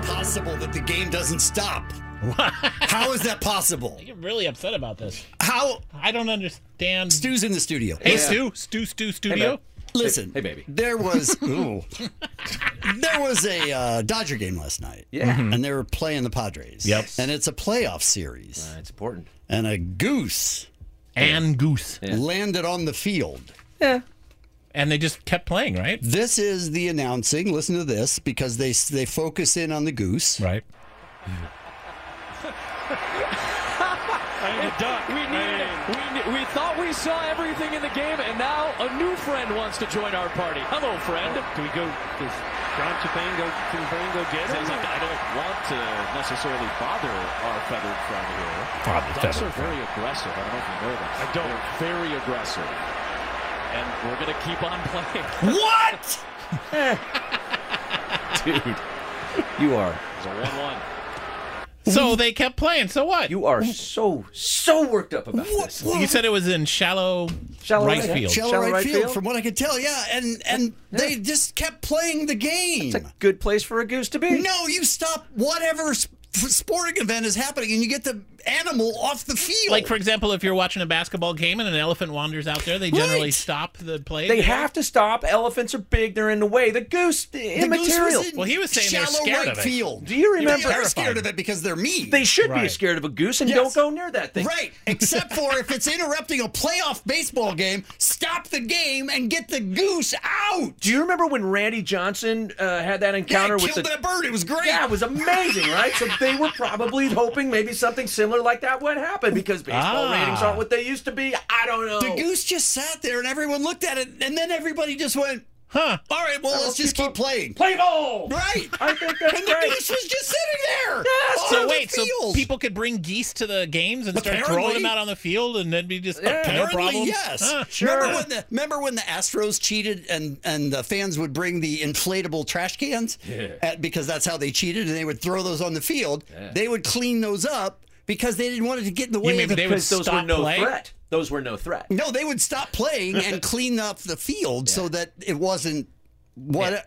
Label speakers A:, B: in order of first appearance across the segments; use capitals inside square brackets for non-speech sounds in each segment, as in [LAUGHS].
A: possible that the game doesn't stop?
B: What?
A: How is that possible?
B: I get really upset about this.
A: How?
B: I don't understand.
A: Stu's in the studio.
B: Hey, Stu. Stu, Stu, Studio.
A: Listen.
C: Hey, baby.
A: There was ooh, there was a uh, Dodger game last night.
C: Yeah.
A: And they were playing the Padres.
B: Yep.
A: And it's a playoff series.
C: Uh, it's important.
A: And a goose
B: and Goose.
A: landed on the field.
B: And they just kept playing, right?
A: This is the announcing. Listen to this because they they focus in on the goose.
B: Right.
D: We needed it. We, we thought we saw everything in the game, and now a new friend wants to join our party. Hello, friend. do we go? Does John Chapin go? Can Chapin go get him? I don't want to necessarily bother our feathered friend here.
B: Bother
D: Ducks
B: feathered
D: are very aggressive. I don't know if you know that. I don't. They're very aggressive, and we're gonna keep on playing.
B: What?
C: Dude, you are
D: It's a one-one.
B: So they kept playing. So what? You,
C: you are so so worked up about this.
B: said it was in shallow,
C: Shallow
B: right
C: right.
B: field.
A: Shallow,
C: Shallow
A: right,
C: right
A: field,
C: field?
A: from what I could tell, yeah, and and they just kept playing the game.
C: It's a good place for a goose to be.
A: No, you stop whatever sp- sporting event is happening, and you get the animal off the field.
B: Like, for example, if you're watching a basketball game and an elephant wanders out there, they generally
A: Right.
B: stop the play.
C: They have to stop. Elephants are big. They're in the way. The goose,
A: the goose
C: immaterial.
A: was in
B: Well, he was saying they're
A: shallow
B: scared
A: right
B: of it.
A: field.
C: Do you remember-
A: They are scared
B: Terrified.
A: of it because they're mean.
C: they should be
B: Right.
C: scared of a goose and
A: Yes.
C: don't go near that thing.
A: Right, except for if it's interrupting a playoff baseball game, stop the game and get the goose out.
C: Do you remember when Randy Johnson uh, had that
A: Yeah,
C: encounter
A: I
C: with
A: killed
C: the?
A: that bird. It was great.
C: Yeah, it was amazing, right? So they were probably hoping maybe something similar like that would happen because baseball
B: Ah.
C: ratings aren't what they used to be. I don't know.
A: The goose just sat there and everyone looked at it, and then everybody just went,
B: Huh.
A: All right, well, let's just keep playing.
C: Play ball.
A: Right.
C: I think that's
A: and the
C: great.
A: goose was just sitting there.
C: Yes.
A: on
B: So
A: the
B: wait, so
A: field.
B: people could bring geese to the games and start
A: Apparently.
B: throwing them out on the field, and then be just no
A: Apparently,
B: problem.
A: yes.
B: Huh.
A: Remember when the remember when the Astros cheated and and the fans would bring the inflatable trash cans At- because that's how they cheated and they would throw those on the field. They would clean those up because they didn't want it to get in the way
B: mean
A: of the
B: they would
C: Because those were
B: Stop
C: no
B: play.
C: threat. Those were no threat.
A: No, they would stop playing and
B: [LAUGHS]
A: clean up the field so that it wasn't what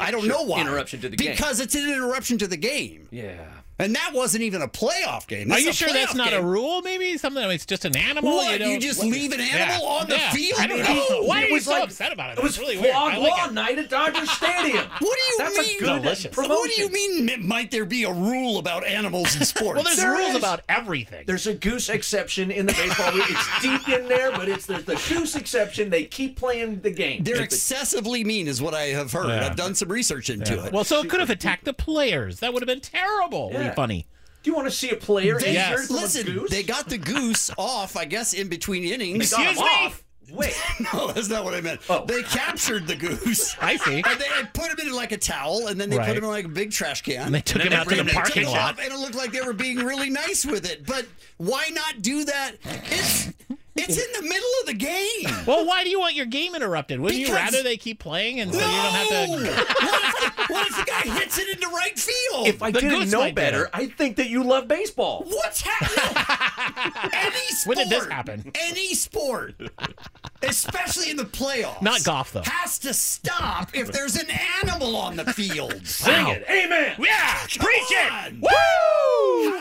A: I don't know why
C: Interruption to the game.
A: because it's an interruption to the game,
C: Yeah.
A: and that wasn't even a playoff game.
B: Are
A: This is
B: you
A: a
B: sure that's
A: playoff
B: not
A: game.
B: a rule? Maybe something. It's just an animal.
A: What?
B: You,
A: You,
B: don't-
A: just
B: What?
A: leave an animal
B: Yeah.
A: on the
B: Yeah.
A: field?
B: I don't
A: No.
B: know. Why are
C: It
B: you
C: was
B: so
C: like-
B: upset about it?
C: It
B: That's
C: was
B: really
C: Flog
B: weird. I like
C: Law
B: it.
C: Night at
B: [LAUGHS]
C: Dodger Stadium.
A: What do you
C: That's
A: mean?
C: A good
B: Delicious.
C: Promotion.
A: What do you mean? Might there be a rule about animals
B: [LAUGHS]
A: in sports?
B: Well, there's
C: There
B: rules
C: is.
B: about everything.
C: There's a goose exception in the baseball. rule. it's deep in there, but it's there's the goose exception. They keep playing the game.
A: They're
C: It's
A: excessively mean, is what I have heard.
B: Yeah.
A: I've done some research into it.
B: well, so it could have attacked the players. That would have been terrible.
C: Yeah.
B: Funny.
C: the- do you want to see a player
A: they,
B: Yes.
C: injured from a
A: listen,
C: goose?
A: they got the goose [LAUGHS] off, I guess, in between innings.
C: They got him
B: Excuse me?
C: off.
B: [LAUGHS]
C: Wait.
A: [LAUGHS] No, that's not what I meant.
C: Oh.
A: They captured the goose.
B: I see.
A: And they put him in like a towel, and then they put
B: Right.
A: him in like a big trash can.
B: And they took
C: And
B: him
C: then
B: out
C: they
B: to the
C: bring him to the
B: parking
A: Took it
B: lot.
A: off, and it looked like they were being really nice with it. But why not do that? It's it's in the middle of the game.
B: Well, why do you want your game interrupted? Wouldn't you
A: Because-
B: rather they keep playing and so you don't have [LAUGHS] to?
A: what, if, what if the guy hits it into right field?
C: If I
B: The
C: didn't
B: goose
C: know
B: might get
C: better,
B: it.
C: I think that you love baseball.
A: What's happening?
B: [LAUGHS]
A: Any sport.
B: When did this happen?
A: Any sport, especially in the playoffs.
B: Not golf, though.
A: Has to stop if there's an
B: [LAUGHS]
A: animal on the field.
B: Dang it.
C: Amen.
B: Yeah, preach
A: on.
B: it. Woo!